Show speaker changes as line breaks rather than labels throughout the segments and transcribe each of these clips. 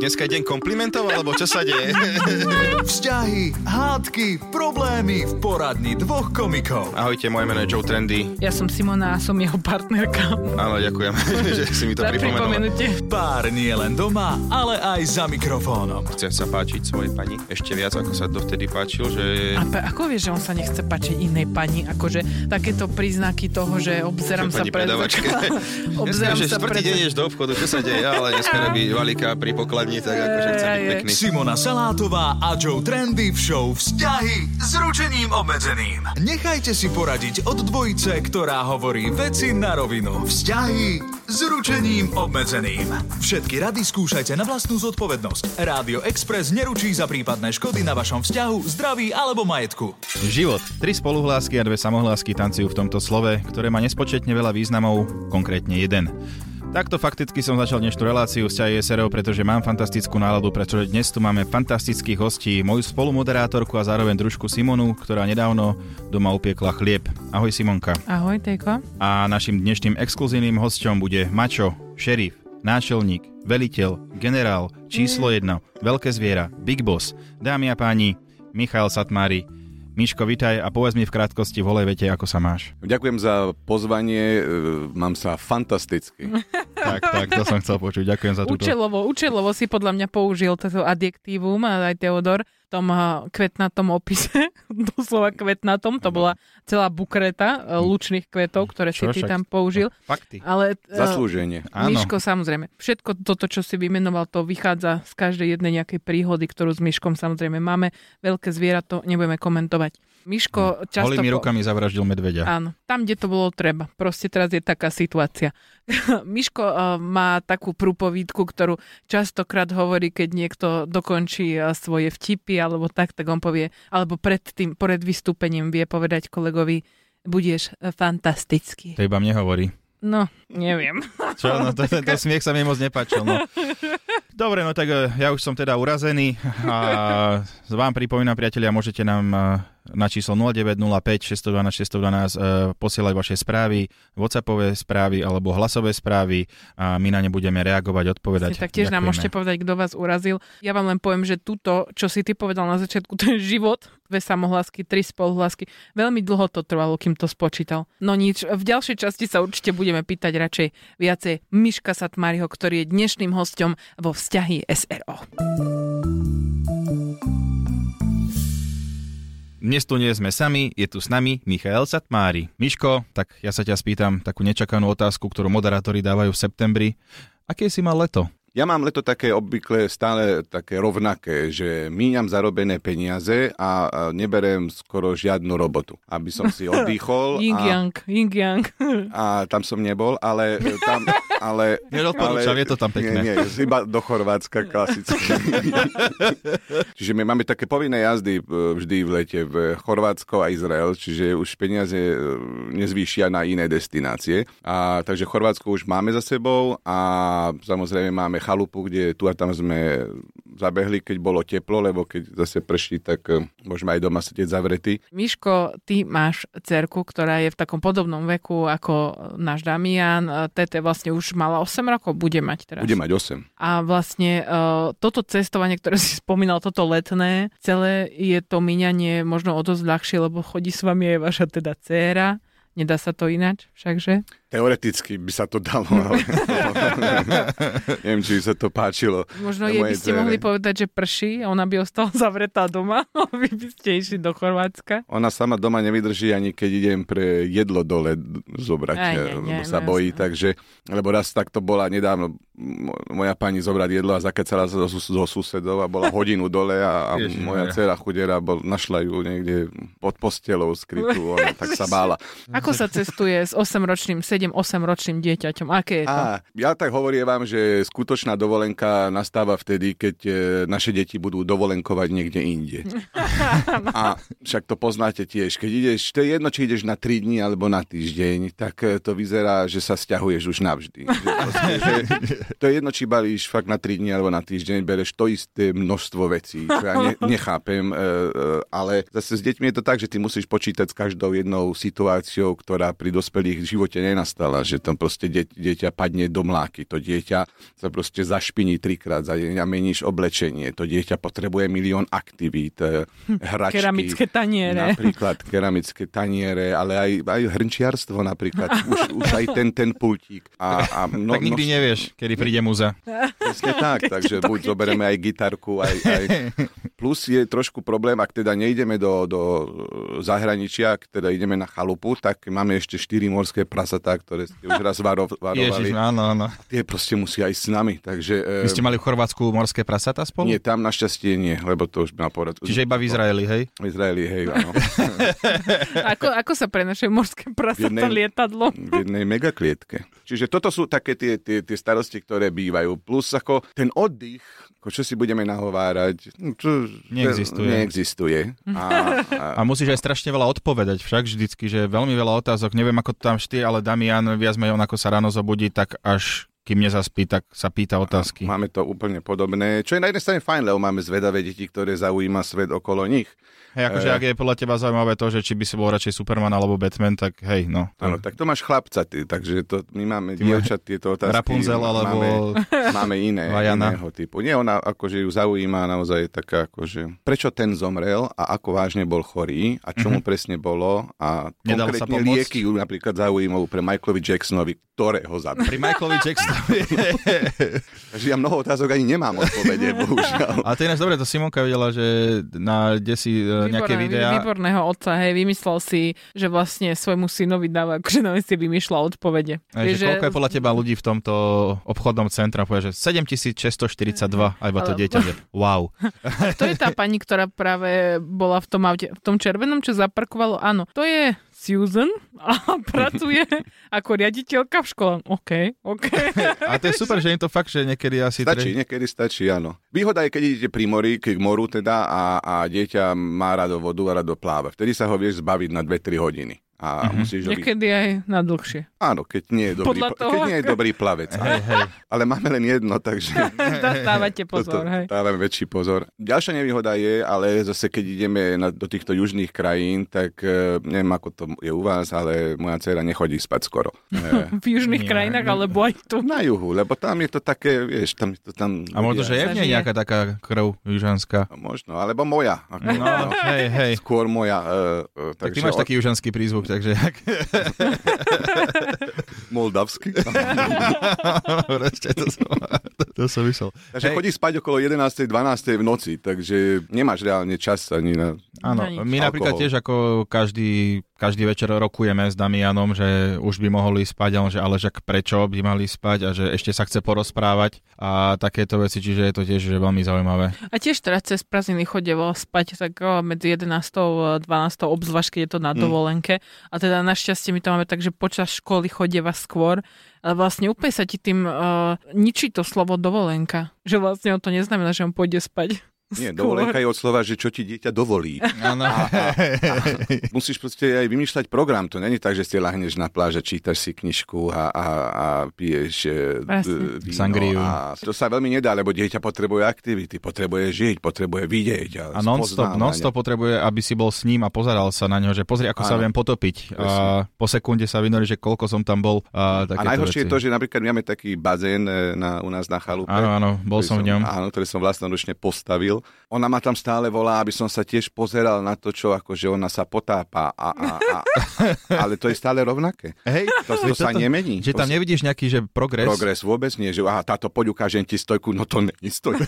dneska je deň komplimentov, alebo čo sa deje?
Vzťahy, hádky, problémy v poradni dvoch komikov.
Ahojte, moje meno je Joe Trendy.
Ja som Simona a som jeho partnerka.
Áno, ďakujem, že si mi to
Za
pripomenul.
pripomenutie.
Pár nie len doma, ale aj za mikrofónom.
Chcem sa páčiť svojej pani ešte viac, ako sa dovtedy páčil, že...
A pe, ako vieš, že on sa nechce páčiť inej pani? Akože takéto príznaky toho, že obzerám sa
Pani
pred
predavačke.
zrkadlom. obzerám
Dneska, že
sa
štvrtý deň
pred...
ideš do obchodu, čo sa deje, ale dneska robí valika pri pokladni, tak akože chcem byť
Ej, ej.
pekný.
Simona Salátová a Joe Trendy v show Vzťahy s ručením obmedzeným. Nechajte si poradiť od dvojice, ktorá hovorí veci na rovinu. Vzťahy s ručením obmedzeným. Všetky rady skúšajte na vlastnú zodpovednosť. Rádio Express neručí za prípadné škody na vašom vzťahu, zdraví alebo majetku.
Život. Tri spoluhlásky a dve samohlásky tancujú v tomto slove, ktoré má nespočetne veľa významov, konkrétne jeden. Takto fakticky som začal dnešnú reláciu s ťahy SRO, pretože mám fantastickú náladu, pretože dnes tu máme fantastických hostí, moju spolumoderátorku a zároveň družku Simonu, ktorá nedávno doma upiekla chlieb. Ahoj Simonka.
Ahoj, Tejko.
A našim dnešným exkluzívnym hosťom bude Mačo, šerif, náčelník, veliteľ, generál, číslo 1, veľké zviera, Big Boss. Dámy a páni, Michal Satmári. Miško, vitaj a povedz mi v krátkosti v holej vete, ako sa máš.
Ďakujem za pozvanie, e, mám sa fantasticky.
Tak, tak, to som chcel počuť. Ďakujem za túto.
Účelovo, účelovo si podľa mňa použil toto adjektívum a aj Teodor v tom eh, kvetnatom opise, doslova kvetnatom, to bola celá
Hm.
bukreta eh, lučných kvetov, ktoré si
Čo
ty
však?
tam použil.
Fakty.
Ale eh,
Zaslúženie.
Áno.
Miško, samozrejme. Všetko toto, čo si vymenoval, to vychádza z každej jednej nejakej príhody, ktorú s Miškom samozrejme máme. Veľké zviera, to nebudeme komentovať. Miško často...
Hm. Holými
po-
rukami zavraždil medveďa.
Áno, tam, kde to bolo treba. Proste teraz je taká situácia. Miško eh, má takú prúpovídku, ktorú častokrát hovorí, keď niekto dokončí eh, svoje vtipy alebo tak, tak on povie, alebo pred tým, pred vystúpením vie povedať kolegovi, budeš eh, fantastický.
To iba mne hovorí.
No, neviem.
Čo, no to, to smiech sa mi moc nepáčil, no. Dobre, no tak e, ja už som teda urazený a vám pripomínam, priatelia, môžete nám e, na číslo 0905 612 612 e, posielať vaše správy, Whatsappové správy alebo hlasové správy a my na ne budeme reagovať, odpovedať.
Vlastne Tak tiež nám
Ďakujeme.
môžete povedať, kto vás urazil. Ja vám len poviem, že tuto, čo si ty povedal na začiatku, to je život. Dve samohlásky, tri spoluhlásky. Veľmi dlho to trvalo, kým to spočítal. No nič, v ďalšej časti sa určite budeme pýtať radšej viacej Miška Satmáriho, ktorý je dnešným hostom vo vzťahy SRO.
Dnes tu nie sme sami, je tu s nami Michael Satmári. Miško, tak ja sa ťa spýtam takú nečakanú otázku, ktorú moderátori dávajú v septembri. Aké si mal leto?
Ja mám leto také obvykle stále také rovnaké, že míňam zarobené peniaze a a neberem skoro žiadnu robotu, aby som si oddychol
Ying
a,
Yang, Ying Yang.
a tam som nebol, ale e, tam... Ale,
Neodporúčam, je to tam pekné.
Nie, nie, iba do Chorvátska klasicky. čiže my máme také povinné jazdy e, vždy v lete v Chorvátsko a Izrael, čiže už peniaze e, nezvýšia na iné destinácie. A, takže Chorvátsko už máme za sebou a samozrejme máme chalupu, kde tu a tam sme zabehli, keď bolo teplo, lebo keď zase prší, tak e, môžeme aj doma sedieť zavretí.
Miško, ty máš cerku, ktorá je v takom podobnom veku ako náš Damian. Tete vlastne už mala 8 rokov, bude mať teraz.
Bude mať 8.
A vlastne uh, toto cestovanie, ktoré si spomínal, toto letné, celé je to míňanie možno o dosť ľahšie, lebo chodí s vami aj vaša teda dcéra. Nedá sa to ináč, všakže?
Teoreticky by sa to dalo, ale neviem, či by sa to páčilo.
Možno
Na
jej by
mojej
ste
dcére.
mohli povedať, že prší a ona by ostala zavretá doma a vy by ste išli do Chorvátska.
Ona sama doma nevydrží, ani keď idem pre jedlo dole d- zobrať,
Aj,
aj,
nie, nie,
sa
no
bojí,
jasné.
takže, lebo raz takto bola nedávno mo- moja pani zobrať jedlo a zakecala sa zo, sus- zo susedov a bola hodinu dole a, a
Ježiš
moja
Maria.
dcera chudera bol, našla ju niekde pod postelou skrytú, ona tak sa bála.
Ako sa cestuje s 8-ročným, 7 7-8 ročným dieťaťom. Aké je to?
Á, ja tak hovorím vám, že skutočná dovolenka nastáva vtedy, keď e, naše deti budú dovolenkovať niekde inde. A však to poznáte tiež. Keď ideš, to je jedno, či ideš na 3 dní alebo na týždeň, tak e, to vyzerá, že sa stiahuješ už navždy. Že proste, že to je jedno, či balíš fakt na 3 dní alebo na týždeň, bereš to isté množstvo vecí, čo ja ne, nechápem, e, e, ale zase s deťmi je to tak, že ty musíš počítať s každou jednou situáciou, ktorá pri dospelých v živote nenastala, že tam proste dieť, dieťa padne do mláky, to dieťa sa proste zašpiní trikrát za deň a meníš oblečenie, to dieťa potrebuje milión aktivít, e,
Hm,
hračky.
Keramické taniere.
Napríklad keramické taniere, ale aj, aj hrnčiarstvo napríklad, už, už aj ten, ten pultík. A, a
No,
mno,
tak nikdy nevieš, kedy príde muza.
Presne tak, takže buď zoberieme aj gitarku, aj, aj... Plus je trošku problém, ak teda neideme do, do zahraničia, ak teda ideme na chalupu, tak máme ešte štyri morské prasatá, ktoré ste už raz varo,
Ježiš,
varovali.
áno, áno.
Tie proste musia ísť s nami, takže... e,
Vy ste mali v Chorvátsku morské prasata spolu?
Nie, tam našťastie nie, lebo to už na porad.
Čiže iba v Izraeli, hej?
V Izraeli, hej, áno.
Ako, ako sa prenašajú morské prasata
Jednej-
lietadlo?
v jednej megaklietke. Čiže toto sú také tie, tie, tie starosti, ktoré bývajú. Plus ako ten oddych, ako čo si budeme nahovárať, no to,
Neexistuje.
neexistuje. A, a,
A musíš aj strašne veľa odpovedať však vždycky, že veľmi veľa otázok. Neviem, ako to tam šty, ale Damian viac menej on ako sa ráno zobudí, tak až kým nezaspí, tak sa pýta otázky.
Máme to úplne podobné, čo je na jednej strane fajn, lebo máme zvedavé deti, ktoré zaujíma svet okolo nich.
Hej, akože
Eh.
ak je podľa teba zaujímavé to, že či by si bol radšej Superman alebo Batman, tak hej, no.
Áno, tak to máš chlapca ty, takže to, my
máš
máme dievčat tieto otázky.
Rapunzel alebo...
Máme, máme iné,
Vajana.
iného typu. Nie, ona akože ju zaujíma naozaj taká akože, prečo ten zomrel a ako vážne bol chorý a čo mu presne bolo a
Mhm. Nedalo sa
konkrétne
pomôcť?
lieky ju napríklad zaujímajú pre Michaelovi Jacksonovi, ktoré ho zabil.
Pri Michaelovi Jacksonovi.
Takže ja mnoho otázok ani nemám odpovede, bohužiaľ.
Ale to je ináč dobre, to Simonka videla, že na desi eh, nejaké videá.
Výborného otca, hej, vymyslel si, že vlastne svojmu synovi dáva, akože na si vymýšľa odpovede.
Aj,
Vieš,
že koľko je podľa teba ľudí v tomto obchodnom centre? Povie, že 7642,
Mhm.
aj iba to
Ale-
dieťa, že wow.
To je tá pani, ktorá práve bola v tom aute, v tom červenom, čo zaparkovalo, áno. To je Susan a pracuje ako riaditeľka v škole. OK, OK.
A to je super, že im to fakt, že niekedy asi...
Stačí,
tre-
niekedy stačí, áno. Výhoda je, keď idete pri mori, k k moru teda, a, a dieťa má rado vodu a rado pláva. Vtedy sa ho vieš zbaviť na 2-3 hodiny. A
Mhm.
mm-hmm. musíš ho vy...
Niekedy aj na dlhšie.
Áno, keď nie je dobrý,
Podľa
pl-
toho,
keď nie je
ako-
dobrý plavec.
Hej, hej.
Ale máme len jedno, takže...
Dá- Dávate pozor,
Toto
hej.
Dávam väčší pozor. Ďalšia nevýhoda je, ale zase keď ideme na, do týchto južných krajín, tak e, neviem, ako to je u vás, ale moja dcera nechodí spať skoro. E,
V južných
Nie,
krajinách,
nie.
alebo aj tu.
na juhu, lebo tam je to také, vieš, tam je to tam... No,
A možno, že je v nej
Zažije.
nejaká taká krv južanská.
Možno, alebo moja. Ako,
No, hej, hej.
skôr moja. Uh,
Tak ty máš taký južanský prízvuk, takže...
Moldavský.
Ešte to som, to som myslel.
takže
Hej.
chodí spať okolo 11. 12. v noci, takže nemáš reálne čas ani na...
Áno,
Na nič.
my napríklad
Alkohol.
tiež ako každý, každý večer rokujeme s Damianom, že už by mohol ísť spať, a on že ale že prečo by mali spať a že ešte sa chce porozprávať a takéto veci, čiže je to tiež že veľmi zaujímavé.
A tiež teraz cez prázdniny chodevo spať tak o, medzi 11. a 12. obzvlášť, keď je to na dovolenke. A teda našťastie my to máme tak, že počas školy chodeva skôr. Ale vlastne úplne sa ti tým uh, ničí to slovo dovolenka. Že vlastne on to neznamená, že on pôjde spať.
Nie,
skôr.
dovolenka je od slova, že čo ti dieťa dovolí.
Áno.
Musíš proste aj vymýšľať program. To není tak, že si lahneš na pláže, čítaš si knižku a, a, a piješ e,
Presne.
d- víno.
Sangriu.
A to sa veľmi nedá, lebo dieťa potrebuje aktivity, potrebuje žiť, potrebuje vidieť.
A
A,
non-stop,
spoznávanie.
non-stop potrebuje, aby si bol s ním a pozeral sa na neho, že pozri, ako sa
Áno.
viem potopiť. A po sekunde sa vynorí, že koľko som tam bol. A,
A
takéto
najhoršie je
veci.
to, že napríklad máme taký bazén e, na, u nás na chalupe.
Áno, áno, bol
ktorý
som v ňom.
Áno, ktorý som vlastnoručne postavil. Ona ma tam stále volá, aby som sa tiež pozeral na to, čo akože ona sa potápa. A, a, a, ale to je stále rovnaké.
Hej,
To, to sa nemení.
Že
To
tam
sa-
nevidíš nejaký, že progres.
Progres vôbec nie, že aha, táto poďukážem ti stojku, no to není stojka.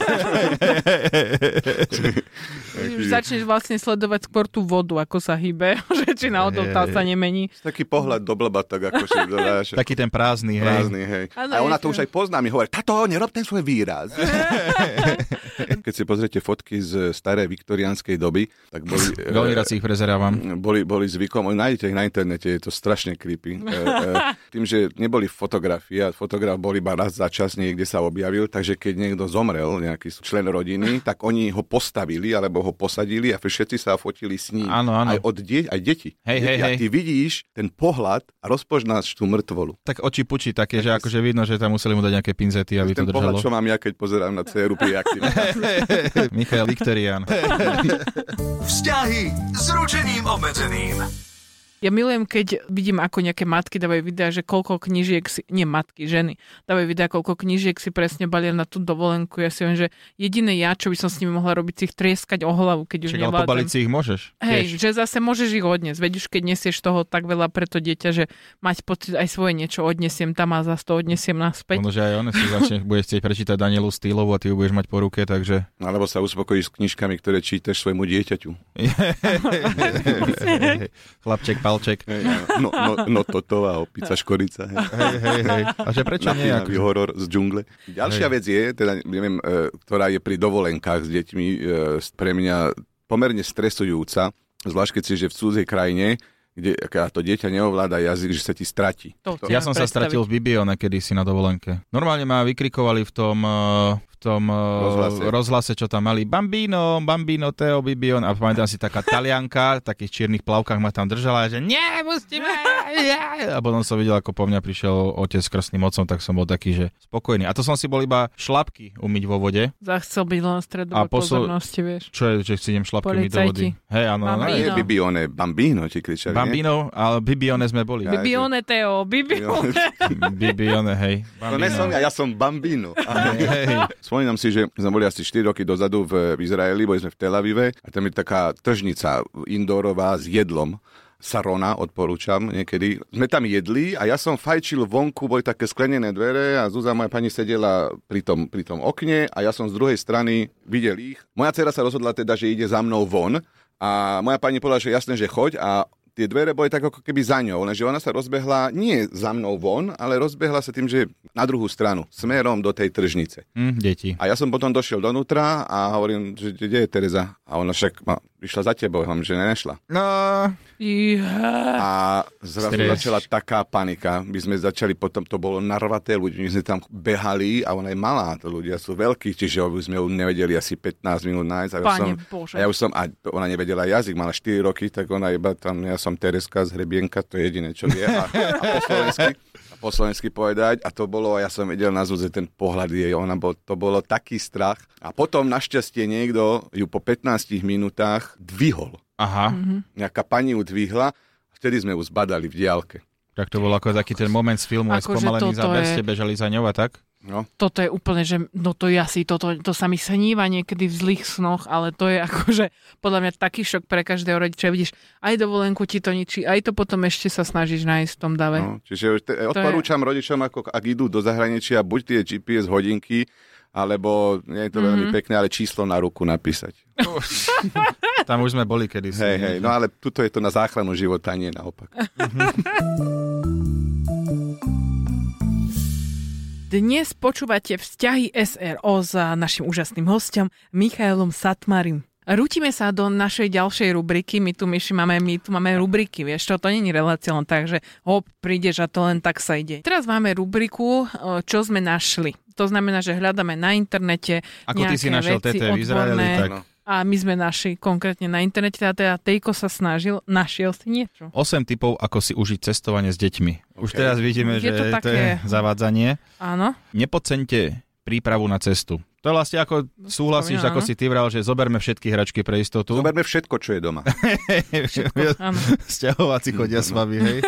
Už začneš vlastne sledovať skôr tú vodu, ako sa hýbe. Že či náhodou tá sa nemení.
Taký pohľad do blba, tak akože dodáš.
Taký ten prázdny, hej.
Prázdny, hej.
Áno,
A ona
je
to
to-
už aj pozná, mi hovorí, tato, nerob ten svoj výraz. Keď si pozriete pozrite fotky z starej viktoriánskej doby, tak boli... e,
Veľmi rád si ich prezerávam.
boli, boli zvykom, nájdete ich na internete, je to strašne creepy. E, e, tým, že neboli fotografie a fotograf bol iba raz za čas niekde sa objavil, takže keď niekto zomrel, nejaký člen rodiny, tak oni ho postavili alebo ho posadili a všetci sa fotili s ním.
Áno, áno.
Aj, od die- aj deti.
Hej,
deti.
hej,
a
hej.
ty vidíš ten pohľad a rozpoznáš tú mŕtvolu.
Tak oči puči také, že akože vidno, že tam museli mu dať nejaké pinzety, aby to
Ten pohľad,
držalo.
čo mám ja, keď pozerám na dceru pri aktivitách.
Michal Viktorian.
Vzťahy s ručením obmedzeným.
Ja milujem, keď vidím, ako nejaké matky dávajú videá, že koľko knížiek si, nie matky, ženy, dávajú videá, koľko knížiek si presne balia na tú dovolenku. Ja si viem, že jediné ja, čo by som s nimi mohla robiť, si ich trieskať o hlavu, keď už
Čak, ale pobaliť
nevládzam.
si ich môžeš.
Hej, že zase môžeš ich odniesť. Veď už keď nesieš toho tak veľa pre to dieťa, že mať pocit aj svoje niečo odnesiem tam a zase to odnesiem naspäť.
Ono, že aj on si začne, bude chcieť prečítať Danielu Stýlovu a ty ju budeš mať po ruke, takže...
Alebo sa uspokojíš s knižkami, ktoré čítaš svojmu dieťaťu.
Chlapček, palček.
Hej, áno. no, no, no toto a opica škorica. Hej.
Hej, hej, hej. A že prečo nie?
Napínavý
Akože,
horor z džungle. Ďalšia
Hej.
vec je, teda neviem, e, ktorá je pri dovolenkách s deťmi e, s- pre mňa pomerne stresujúca, zvlášť keď si že v cudzej krajine, kde a to dieťa neovláda jazyk, že sa ti stratí.
To,
ja som sa stratil v Bibione kedysi na dovolenke. Normálne ma vykrikovali v tom eh, v tom eh,
Rozhlase.
rozhlase, čo tam mali. Bambino, Bambino, Teo, Bibion. A pamätám si taká talianka, v takých čiernych plavkách ma tam držala, že nie, pusti ma, ja." A potom som videl, ako po mňa prišiel otec s krstným mocom, tak som bol taký, že spokojný. A to som si bol iba šlapky umyť vo vode,
Zachcel byť len stredové
A posol-
pozornosti, vieš.
čo je, že si idem šlapky umyť do vody. Hej, áno, áno.
No, nie,
Bambino.
Bibione, Bambino ti kričali. nie?
Bambino, ale Bibione sme boli.
Ja.
Bibione, Teo, Bibione.
Bibione, hej.
To nie som ja, ja som Bambino.
Hej.
Spomínam si, že sme boli asi 4 roky dozadu v, v Izraeli, boli sme v Tel Avive a tam je taká tržnica indoorová s jedlom. Sarona, odporúčam niekedy. Sme tam jedli a ja som fajčil vonku, boli také sklenené dvere a Zuzá, moja pani, sedela pri tom, pri tom okne a ja som z druhej strany videl ich. Moja dcera sa rozhodla teda, že ide za mnou von a moja pani povedala, že jasné, že choď a tie dvere boli tak ako keby za ňou, lenže ona sa rozbehla nie za mnou von, ale rozbehla sa tým, že na druhú stranu, smerom do tej tržnice.
Hm, deti.
A ja som potom došiel donútra a hovorím, že kde je Tereza? A ona však ma, išla za tebou, hovorím, že nenašla.
No,
Iha.
A zrazu
Stres.
začala taká panika. My sme začali potom, to bolo narvaté ľudí, my sme tam behali a ona je malá, to ľudia sú veľkí, čiže už sme ju nevedeli asi 15 minút nájsť. A ja
Pane
som,
Bože.
A ja už som, a to ona nevedela jazyk, mala 4 roky, tak ona iba tam, ja som Tereska z Hrebienka, to je jediné, čo vie. A, a po slovensky a po slovensky povedať a to bolo, ja som videl na Zuze ten pohľad jej, ona bol, to bolo taký strach a potom našťastie niekto ju po 15 minútach dvihol
aha.
Mhm.
nejaká pani ju dvihla, vtedy sme ju zbadali v diálke.
Tak to bol ako taký ten moment z filmu, aj
Akože
spomalený
toto
záber,
je-
ste bežali za ňou a tak?
No.
Toto je úplne, že no to ja si, toto, to sa mi sníva niekedy v zlých snoch, ale to je akože podľa mňa taký šok pre každého rodiča. Vidíš, aj dovolenku ti to ničí, aj to potom ešte sa snažíš nájsť v tom dave.
No, čiže už te, odporúčam rodičom, ako, ak idú do zahraničia, buď tie GPS hodinky, alebo nie je to veľmi pekné, ale číslo na ruku napísať.
Tam už sme boli kedysi.
Hej, hej, no ale tuto je to na záchranu života, nie naopak.
Dnes počúvate vzťahy SRO s našim úžasným hostom Michailom Satmarim. Rútime sa do našej ďalšej rubriky. My tu, Myši, máme, my tu máme rubriky, vieš čo, to není relácia len tak, že hop, prídeš a to len tak sa ide. Teraz máme rubriku, e, čo sme našli. To znamená, že hľadáme na internete
Ako ty
nejaké
si našiel
veci
tete v Izraeli,
odborné
tak
No.
a my sme našli konkrétne na internete a teda Tejko sa snažil, našiel si niečo.
8 typov, ako si užiť cestovanie s deťmi. Už
Ok.
teraz vidíme,
Je
že
to
to,
také-
je zavádzanie.
Áno,
Nepodcente prípravu na cestu. To je vlastne ako súhlasíš,
spomínam,
ako
áno.
si ty vral, že zoberme všetky hračky pre istotu.
Zoberme všetko, čo je doma.
áno.
Sťahováci chodia
No,
s vami, hej.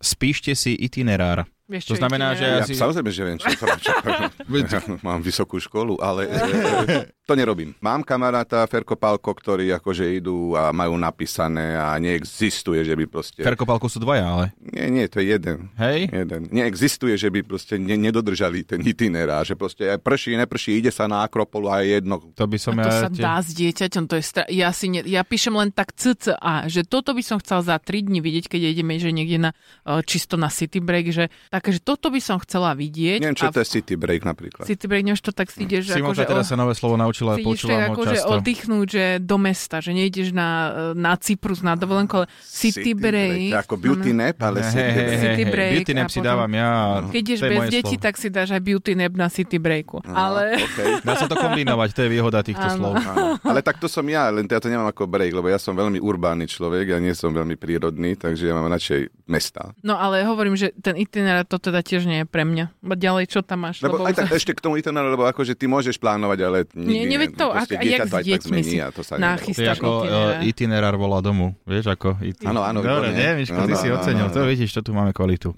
Spíšte si itinerár.
Vieš,
To
čo,
znamená, že-
Ja,
si-
Samozrejme, že viem, čo to čo, ja Mám vysokú školu, ale eh, to nerobím. Mám kamaráta Ferko Palko, ktorí akože idú a majú napísané a neexistuje, že by proste...
Ferkopalku sú dvaja, ale.
Nie, nie, to je jeden.
Hej?
Jeden. Neexistuje, že by proste ne, nedodržali ten itinerár, že proste aj prší, neprší, ide sa na Akropolu a je jedno.
To by som
A to
ja...
sa dá s dieťaťom, to je stra... ja, si ne... ja píšem len tak cca, že toto by som chcel za 3 dní vidieť, keď ideme že niekde na, e, čisto na city break, že tak také, že toto by som chcela vidieť.
Neviem, čo
a
to je city break napríklad.
Si ty bregneš to tak si ideš,
Simonka
akože
teraz sa nové slovo naučila,
si ideš
počúvam
tak
ho
akože
často.
oddychnúť, že do mesta, že nejdeš na, e, na Cyprus, na dovolenku, ale city, break. no.
To je Ako beauty nap, ale
Hej,
city
hej,
break.
hej,
City
hej.
break
Beauty
a
nap si
potom-
dávam ja.
Keď ideš
to je
bez
moje
detí,
slovo.
tak si dáš aj beauty nap na city breaku.
No,
Ale...
Okay.
Dá sa to kombinovať, to je výhoda týchto
Áno.
slov.
Áno. Ale tak to som ja, len to ja to nemám ako break, lebo ja som veľmi urbánny človek, ja nie som veľmi prírodný, takže ja mám radšej mesta.
No ale hovorím, že ten itinerár to teda tiež nie je pre mňa. Bo ďalej, čo tam máš?
Lebo aj tak ešte k tomu itineráru, lebo akože ty môžeš plánovať, ale
Nie,
nikdy
neveď to,
proste
ak- jak
dieťa to aj
s
tak
deťmi
zmení
si
a to sa
To je
nachystáš.
nedá.
Strašný
ako
itinerár.
eh, itinerár volá domu, vieš, ako itinerár.
Áno, áno,
Dobre,
výborne.
nie, Miško, ty
Áno,
si
áno,
ocenil,
áno. Mm.
to vidíš, čo tu máme kvalitu.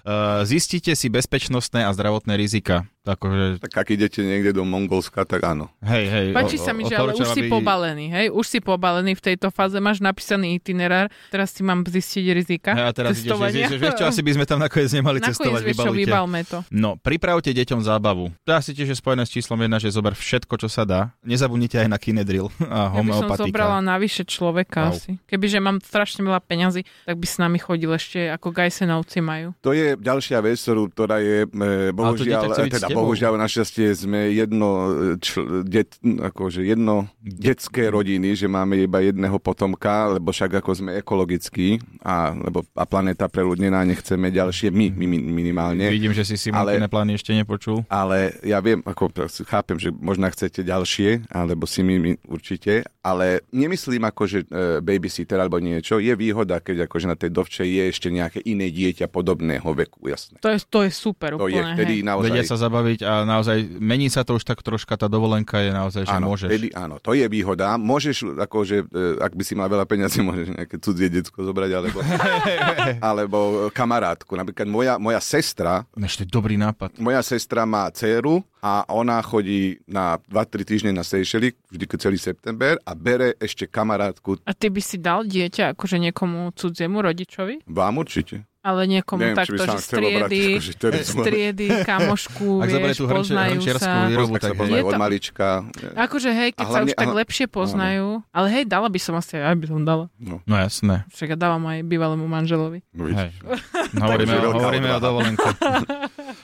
Eh, Zistite si bezpečnostné a zdravotné rizika. Akože,
Tak ak idete niekde do Mongolska, tak áno.
hej, hej.
Páči
o-
sa mi,
o-
že ale už
odporúčam,
si
aby-
pobalený, hej? Už si pobalený v tejto fáze, máš napísaný itinerár, teraz si mám zistiť rizika
Hej, No a teraz ideš,
cestovania.
zistíš, že vieš čo, asi by sme tam nakoniec nemali
Nakoniec
cestovať,
vieš čo,
vybalíte.
vybalme to.
No, pripravte deťom zábavu. To je asi tiež je spojené s číslom 1, že zober všetko, čo sa dá. Nezabudnite aj na kinedril
Ja by
a
som
homeopatika.
zobrala navyše človeka
Wow.
asi. Kebyže mám strašne veľa peňazí, tak by s nami chodil ešte, ako Gajsenovci majú.
To je ďalšia vec, ktorú, ktorá je, e, bohužiaľ,
dieťa chce byť
teda
s tebou.
bohužiaľ, našťastie sme jedno, e, čl, det, akože jedno detské rodiny, že máme iba jedného potomka, lebo však ako sme ekologickí a, lebo, a planéta preľudnená, nechceme ďalšie my, my, my minimálne.
Vidím, že si Simonkine ale... plány ešte nepočul.
Ale ja viem, ako chápem, že možno chcete ďalšie, alebo si mi, mi určite, ale nemyslím ako, že e, babysitter alebo niečo. Je výhoda, keď akože na tej dovče je ešte nejaké iné dieťa podobného veku, jasné.
To je, to je super
To je
úplne,
vtedy
hej.
naozaj...
Vedia sa zabaviť a naozaj mení sa to už tak troška, tá dovolenka je naozaj, že
Áno,
môžeš.
vtedy áno, to je výhoda. Môžeš, akože, e, ak by si mal veľa peňazí, môžeš nejaké cudzie decko zobrať, alebo, alebo kamarátku. Napríklad moja, moja sestra,
Ináč to je No, dobrý nápad.
moja sestra má dceru a ona chodí na 2-3 týždne na Seychelles, vždy keď celý september a bere ešte kamarátku
A ty by si dal dieťa akože niekomu cudziemu rodičovi?
vám určete.
Ale niekomu takto, že
vám chcel
striedy,
akože teraz
striedy, kamošku,
Ak zoberie
vieš,
tú hrnče-
poznajú
hrnčiarskú
sa.
výrobu,
tak sa
tak
poznajú
Je to-
od malička.
Akože hej, keď
A
sa už
hlavne-
tak
a-
lepšie poznajú, ale hej, dala by som asi, aj by som dala.
No jasné.
Však ja dávam aj bývalému manželovi.
No,
Hej.
vidíš.
Hovoríme, o,
Takže veľká
hovoríme o
odvaha.
dovolenke.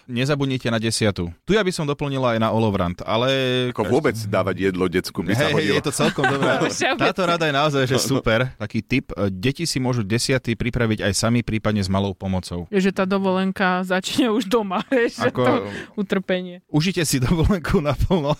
Nezabudnite na desiatu. Tu ja by som doplnila aj na Olovrant, ale...
Ako vôbec dávať jedlo decku by
Hej,
sa
hej,
hodilo.
je to celkom dobré. Táto rada je naozaj že super. Taký tip. e, Deti si môžu desiatý pripraviť aj sami, prípadne s malou pomocou.
Je, že tá dovolenka začne už doma, vieš, že to
Ako,
utrpenie.
užite si dovolenku naplno.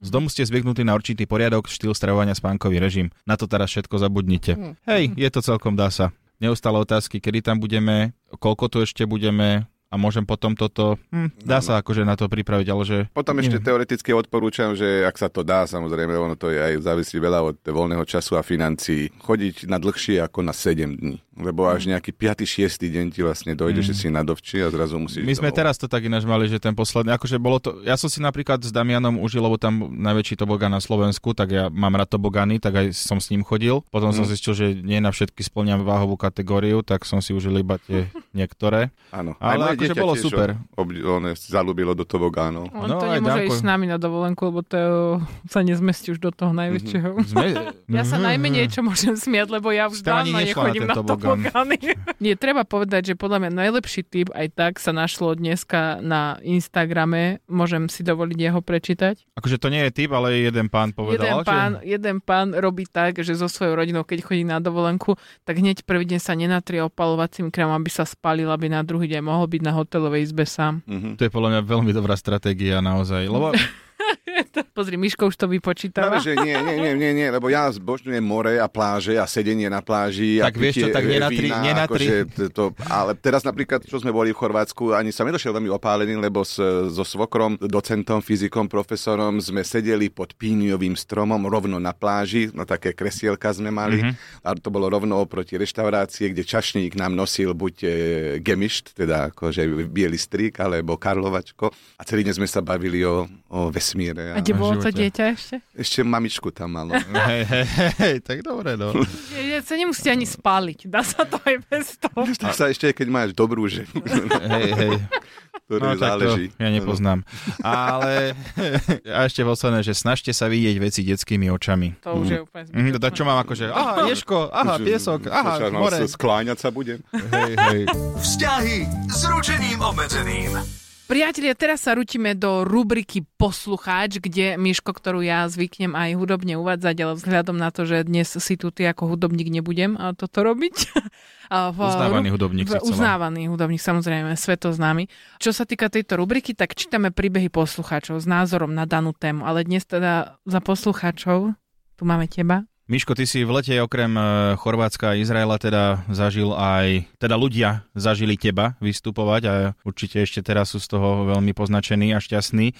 Z domu ste zvyknutí na určitý poriadok, štýl stravovania, spánkový režim. Na to teraz všetko zabudnite.
Mhm.
Hej, je to celkom dá sa. Neustále otázky, kedy tam budeme, koľko tu ešte budeme a môžem potom toto... Hm, dá
Áno.
sa akože na to pripraviť, ale že...
Potom
Nie.
ešte teoreticky odporúčam, že ak sa to dá, samozrejme, ono to je aj závisí veľa od voľného času a financií, chodiť na dlhšie ako na 7 dní. Lebo
Mhm.
až nejaký 5. 6. deň ti vlastne dojde, že si na dovči a zrazu musíš...
My sme
domov.
teraz to tak ináč mali, že ten posledný, akože bolo to, ja som si napríklad s Damianom užil, lebo tam najväčší tobogán na Slovensku, tak ja mám rád tobogány, tak aj som s ním chodil. Potom som zistil, že nie na všetky splňam váhovú kategóriu, tak som si užil iba tie niektoré.
Áno.
Ale
moje
akože
dieťa
bolo
tiež
super.
Ob, on zalúbilo do tobogánov.
On
No,
to
aj
nemôže
Danko-
ísť s nami na dovolenku, lebo to je- sa nezmestí už do toho
Mhm.
najväčšieho.
Sme...
Ja sa najmenej čo môžem smiať, lebo ja už
Mhm. Ste ani
dávno
nešla na
nechodím
ten
na,
tobogán.
tobogány. Nie, treba povedať, že podľa mňa najlepší tip aj tak sa našlo dneska na Instagrame. Môžem si dovoliť jeho prečítať.
Akože to nie je typ, ale jeden pán
jeden,
povedal.
pán,
Že...
jeden pán robí tak, že so svojou rodinou, keď chodí na dovolenku, tak hneď prvý deň sa nenatrie opalovacím krémom, aby sa spalil, aby na druhý deň mohol byť na hotelovej izbe sám.
Mhm.
To je podľa mňa veľmi dobrá stratégia naozaj, lebo
Pozri, Miško už to vypočítava.
Práve, že nie, nie, nie, nie, nie, lebo ja zbožňujem more a pláže a sedenie na pláži.
Tak
a
vieš čo,
pitie,
tak
e,
nenatri-
vína,
nenatri.
Akože to, to, ale teraz napríklad, čo sme boli v Chorvátsku, ani som nedošiel veľmi opálený, lebo s, so svokrom, docentom, fyzikom, profesorom sme sedeli pod píňovým stromom rovno na pláži, na také kresielka sme mali
Mhm.
mm-hmm. a to bolo rovno oproti reštaurácie, kde čašník nám nosil buď e, gemišt, teda akože biely strik, alebo karlovačko a celý deň sme sa bavili o, o vesmíre.
A kde bolo to
živote.
dieťa ešte?
Ešte mamičku tam no. malo.
hej, hej, hej, tak dobre, no.
Dieťa sa nemusíte ani
Hm.
spáliť, dá sa to aj bez toho.
Tak sa ešte, keď máš dobrú ženu.
Hej, hej.
ktoré
No, tak to
záleží.
ja nepoznám. Ale a ešte posledné, že snažte sa vidieť veci detskými očami.
To už je úplne
Mhm, teda čo mám akože, aha, ježko, aha,
Že-
piesok, aha,
Čo sa, no,
more.
sa Skláňať sa budem.
Hej, hej.
Vzťahy s ručením obmedzeným.
Priatelia, teraz sa rutíme do rubriky Poslucháč, kde Miško, ktorú ja zvyknem aj hudobne uvádzať, ale vzhľadom na to, že dnes si tu ty ako hudobník nebudem a toto robiť. A v-
Uznávaný hudobník
v-
si chcela.
Uznávaný hudobník, samozrejme, svetoznámy. Čo sa týka tejto rubriky, tak čítame príbehy poslucháčov s názorom na danú tému, ale dnes teda za poslucháčov tu máme teba.
Miško, ty si v lete okrem e, Chorvátska a Izraela teda zažil aj, teda ľudia zažili teba vystupovať a určite ešte teraz sú z toho veľmi poznačení a šťastní. E,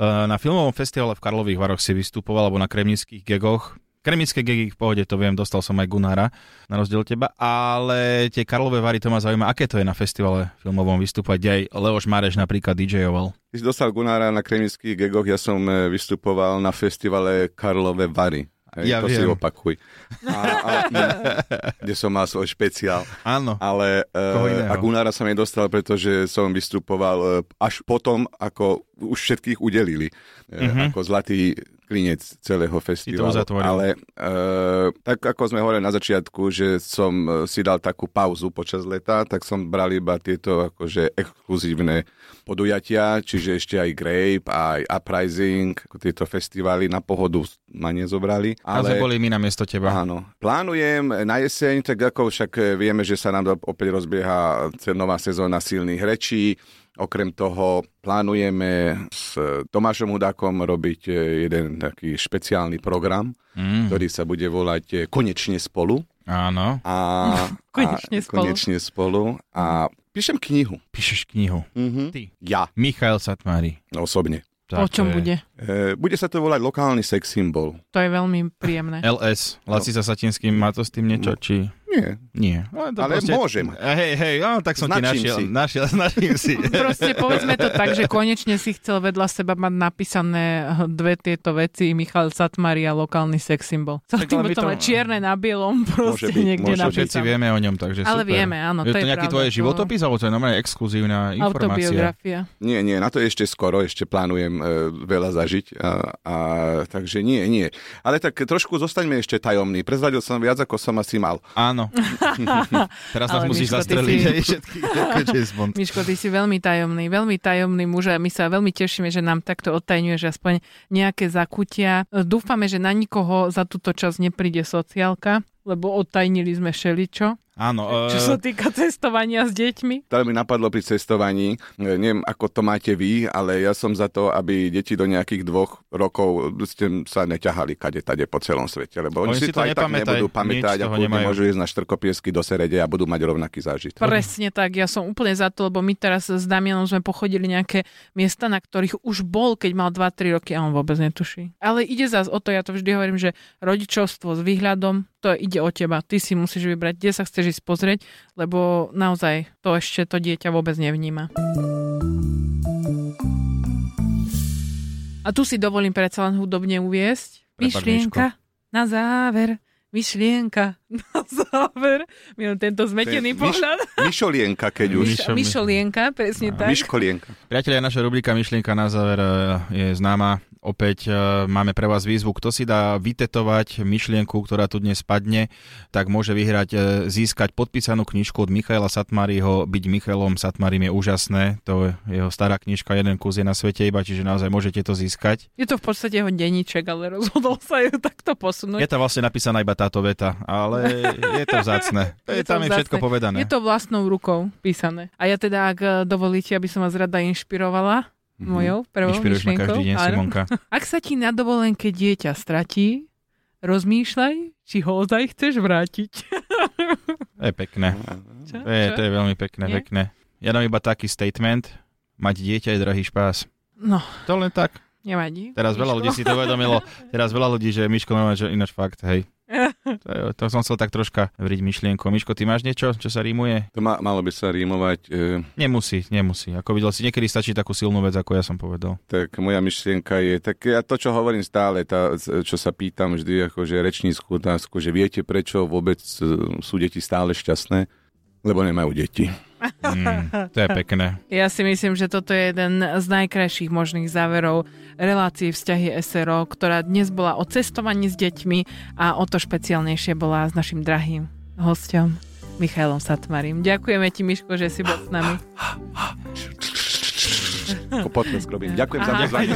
Na filmovom festivale v Karlových Varoch si vystupoval, alebo na kremnických gegoch. Kremické gegy v pohode, to viem, dostal som aj Gunára, na rozdiel od teba, ale tie Karlové Vary, to ma zaujíma, aké to je na festivale filmovom vystupovať, kde aj Leoš Mareš napríklad DJoval.
Ty si dostal Gunára na kremických gegoch, ja som e, vystupoval na festivale Karlové Vary. Hej,
Ja
to si
viem.
opakuj. A, a, kde som mal svoj špeciál.
Áno.
Ale
No. Koho
e,
iného.
a Gunára som nedostal, pretože som vystupoval e, až potom, ako už všetkých udelili. E,
Mhm.
Ako zlatý klinec celého festivalu.
uzatvoril.
Ale e, tak ako sme hovorili na začiatku, že som e, si dal takú pauzu počas leta, tak som bral iba tieto akože exkluzívne podujatia, čiže ešte aj Grape, aj Uprising, ako tieto festivály na pohodu ma nezobrali.
Ale... A sme boli my na miesto teba.
Áno. Plánujem na jeseň, tak ako však e, vieme, že sa nám opäť rozbieha nová sezóna silných rečí. Okrem toho plánujeme s Tomášom Hudákom robiť e, jeden taký špeciálny program,
Mhm.
Mm,
ktorý sa bude volať e, Konečne spolu.
áno.
A,
Konečne
a,
spolu.
Konečne spolu. A píšem knihu.
Píšeš knihu.
Mhm.
Ty.
Ja
Michail Satmári.
osobne.
o čom
to je
bude?
E, bude sa to volať lokálny sex symbol.
To je veľmi príjemné.
LS. Laci sa Satinským, má to s tým niečo? Či...
Nie.
Nie. Ale, to
Ale môžem.
Hej, hej, no, tak som
Značím
ti našiel.
si.
Našiel, značím si.
Proste povedzme to tak, že konečne si chcel vedľa seba mať napísané dve tieto veci, Michal Satmari a lokálny sex symbol. Chcel
Tak
ty
ale
mu
my
to
to-
mať čierne na bielom proste
byť,
niekde
môže byť.
Všetci
napísané.
vieme o ňom, takže
Ale
super.
vieme, áno,
Je
to
to
je
nejaký
pravda,
tvoje
to-
životopis, alebo to je normálne exkluzívna informácia?
Autobiografia.
Nie, nie, na to ešte skoro, ešte plánujem e, veľa zažiť, a, a, takže nie, nie. Ale tak trošku zostaňme ešte tajomní. Prezradil som viac, ako som asi mal.
Áno. Teraz nás
Ale
musíš
Miško, ty
zastreliť
si-
hej, všetkých. ako James Bond.
Miško, ty si veľmi tajomný, veľmi tajomný muž a my sa veľmi tešíme, že nám takto odtajňuješ aspoň nejaké zakutia. Dúfame, že na nikoho za túto časť nepríde sociálka, lebo odtajnili sme šeličo,
Áno.
čo
eh,
sa týka cestovania s deťmi.
To Teda mi napadlo pri cestovaní, E, neviem, ako to máte vy, ale ja som za to, aby deti do nejakých dvoch rokov ste sa neťahali kade tade po celom svete, lebo oni, si to aj tak
nepamätajú,
nebudú
nič z
pamätať a
toho
kľudne
nemajú.
môžu ísť na štrkopiesky do Serede a budú mať rovnaký zážitok.
Presne tak, ja som úplne za to, lebo my teraz s Damianom sme pochodili nejaké miesta, na ktorých už bol, keď mal 2-3 roky a on vôbec netuší. Ale ide zás o to, ja to vždy hovorím, že rodičovstvo s výhľadom, to ide o teba. Ty si musíš vybrať, kde sa chceš ísť pozrieť, lebo naozaj to ešte to dieťa vôbec nevníma. A tu si dovolím predsa len hudobne uviesť.
Prepáč,
Myšlienka na záver. Myšlienka na záver. Milujem tento zmetený
Ten myš-
pohľad.
Mišolienka, keď už.
Myš-
Miš- Mišolienka, presne tak.
Miškolienka.
Priatelia, naša rubrika Myšlienka na záver eh, je známa. Opäť eh, máme pre vás výzvu, kto si dá vytetovať myšlienku, ktorá tu dnes padne, tak môže vyhrať, eh, získať podpísanú knižku od Michaela Satmariho. Byť Michaelom Satmarim je úžasné, to je jeho stará knižka, jeden kus je na svete iba, čiže naozaj môžete to získať.
Je to v podstate jeho denníček, ale rozhodol sa ju takto
Je
posunúť.
tam vlastne napísaná iba táto veta, ale je to vzácne.
Je
Je
to
tam je všetko
vzácne.
povedané.
Je to vlastnou rukou písané. A ja teda, ak eh, dovolíte, aby som vás rada inšpirovala mojou prvou
Mhm. Inšpiruješ ma
myšlienkou.
každý deň,
Áno.
Simonka.
Ak sa ti na dovolenke dieťa stratí, rozmýšľaj, či ho ozaj chceš vrátiť.
To je pekné.
Mhm.
No, Čo?
To je, to je veľmi pekné,
Nie?
pekné. Ja dám iba taký statement. Mať dieťa je drahý špás.
No,
To len tak.
nevadí.
Teraz veľa
Miško.
ľudí si to uvedomilo. Teraz veľa ľudí, že Miško má že ináč fakt, hej. To, je, to som chcel tak troška vriť myšlienkou. Miško, ty máš niečo, čo sa rímuje?
To ma, malo by sa rímovať... E,
Nemusí, nemusí. Ako videl si, niekedy stačí takú silnú vec, ako ja som povedal.
Tak moja myšlienka je, tak ja to, čo hovorím stále, tá, čo sa pýtam vždy, akože rečnícku otázku, že viete, prečo vôbec e, sú deti stále šťastné? Lebo nemajú deti.
Mm, to je pekné.
Ja si myslím, že toto je jeden z najkrajších možných záverov relácie vzťahy SRO, ktorá dnes bola o cestovaní s deťmi a o to špeciálnejšie bola s našim drahým hostom Michailom Satmarim. Ďakujeme ti, Miško, že si bol s nami.
Poďme skrobím. Ďakujem za
Aha.
pozvanie.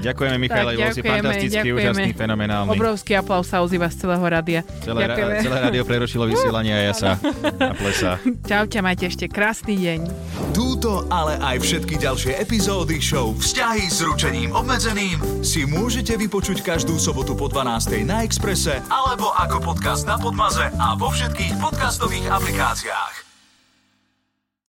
Ďakujeme, Michale, bol si
ďakujeme,
fantastický,
ďakujeme.
úžasný, fenomenálny.
Obrovský aplaus sa ozýva z celého radia.
Celé, ra-
Ďakujeme.
celé rádio prerušilo vysielanie a ja sa a plesa.
Čaute, majte ešte krásny deň.
Túto, ale aj všetky ďalšie epizódy show Vzťahy s ručením obmedzeným si môžete vypočuť každú sobotu po 12. na Exprese alebo ako podcast na Podmaze a vo všetkých podcastových aplikáciách.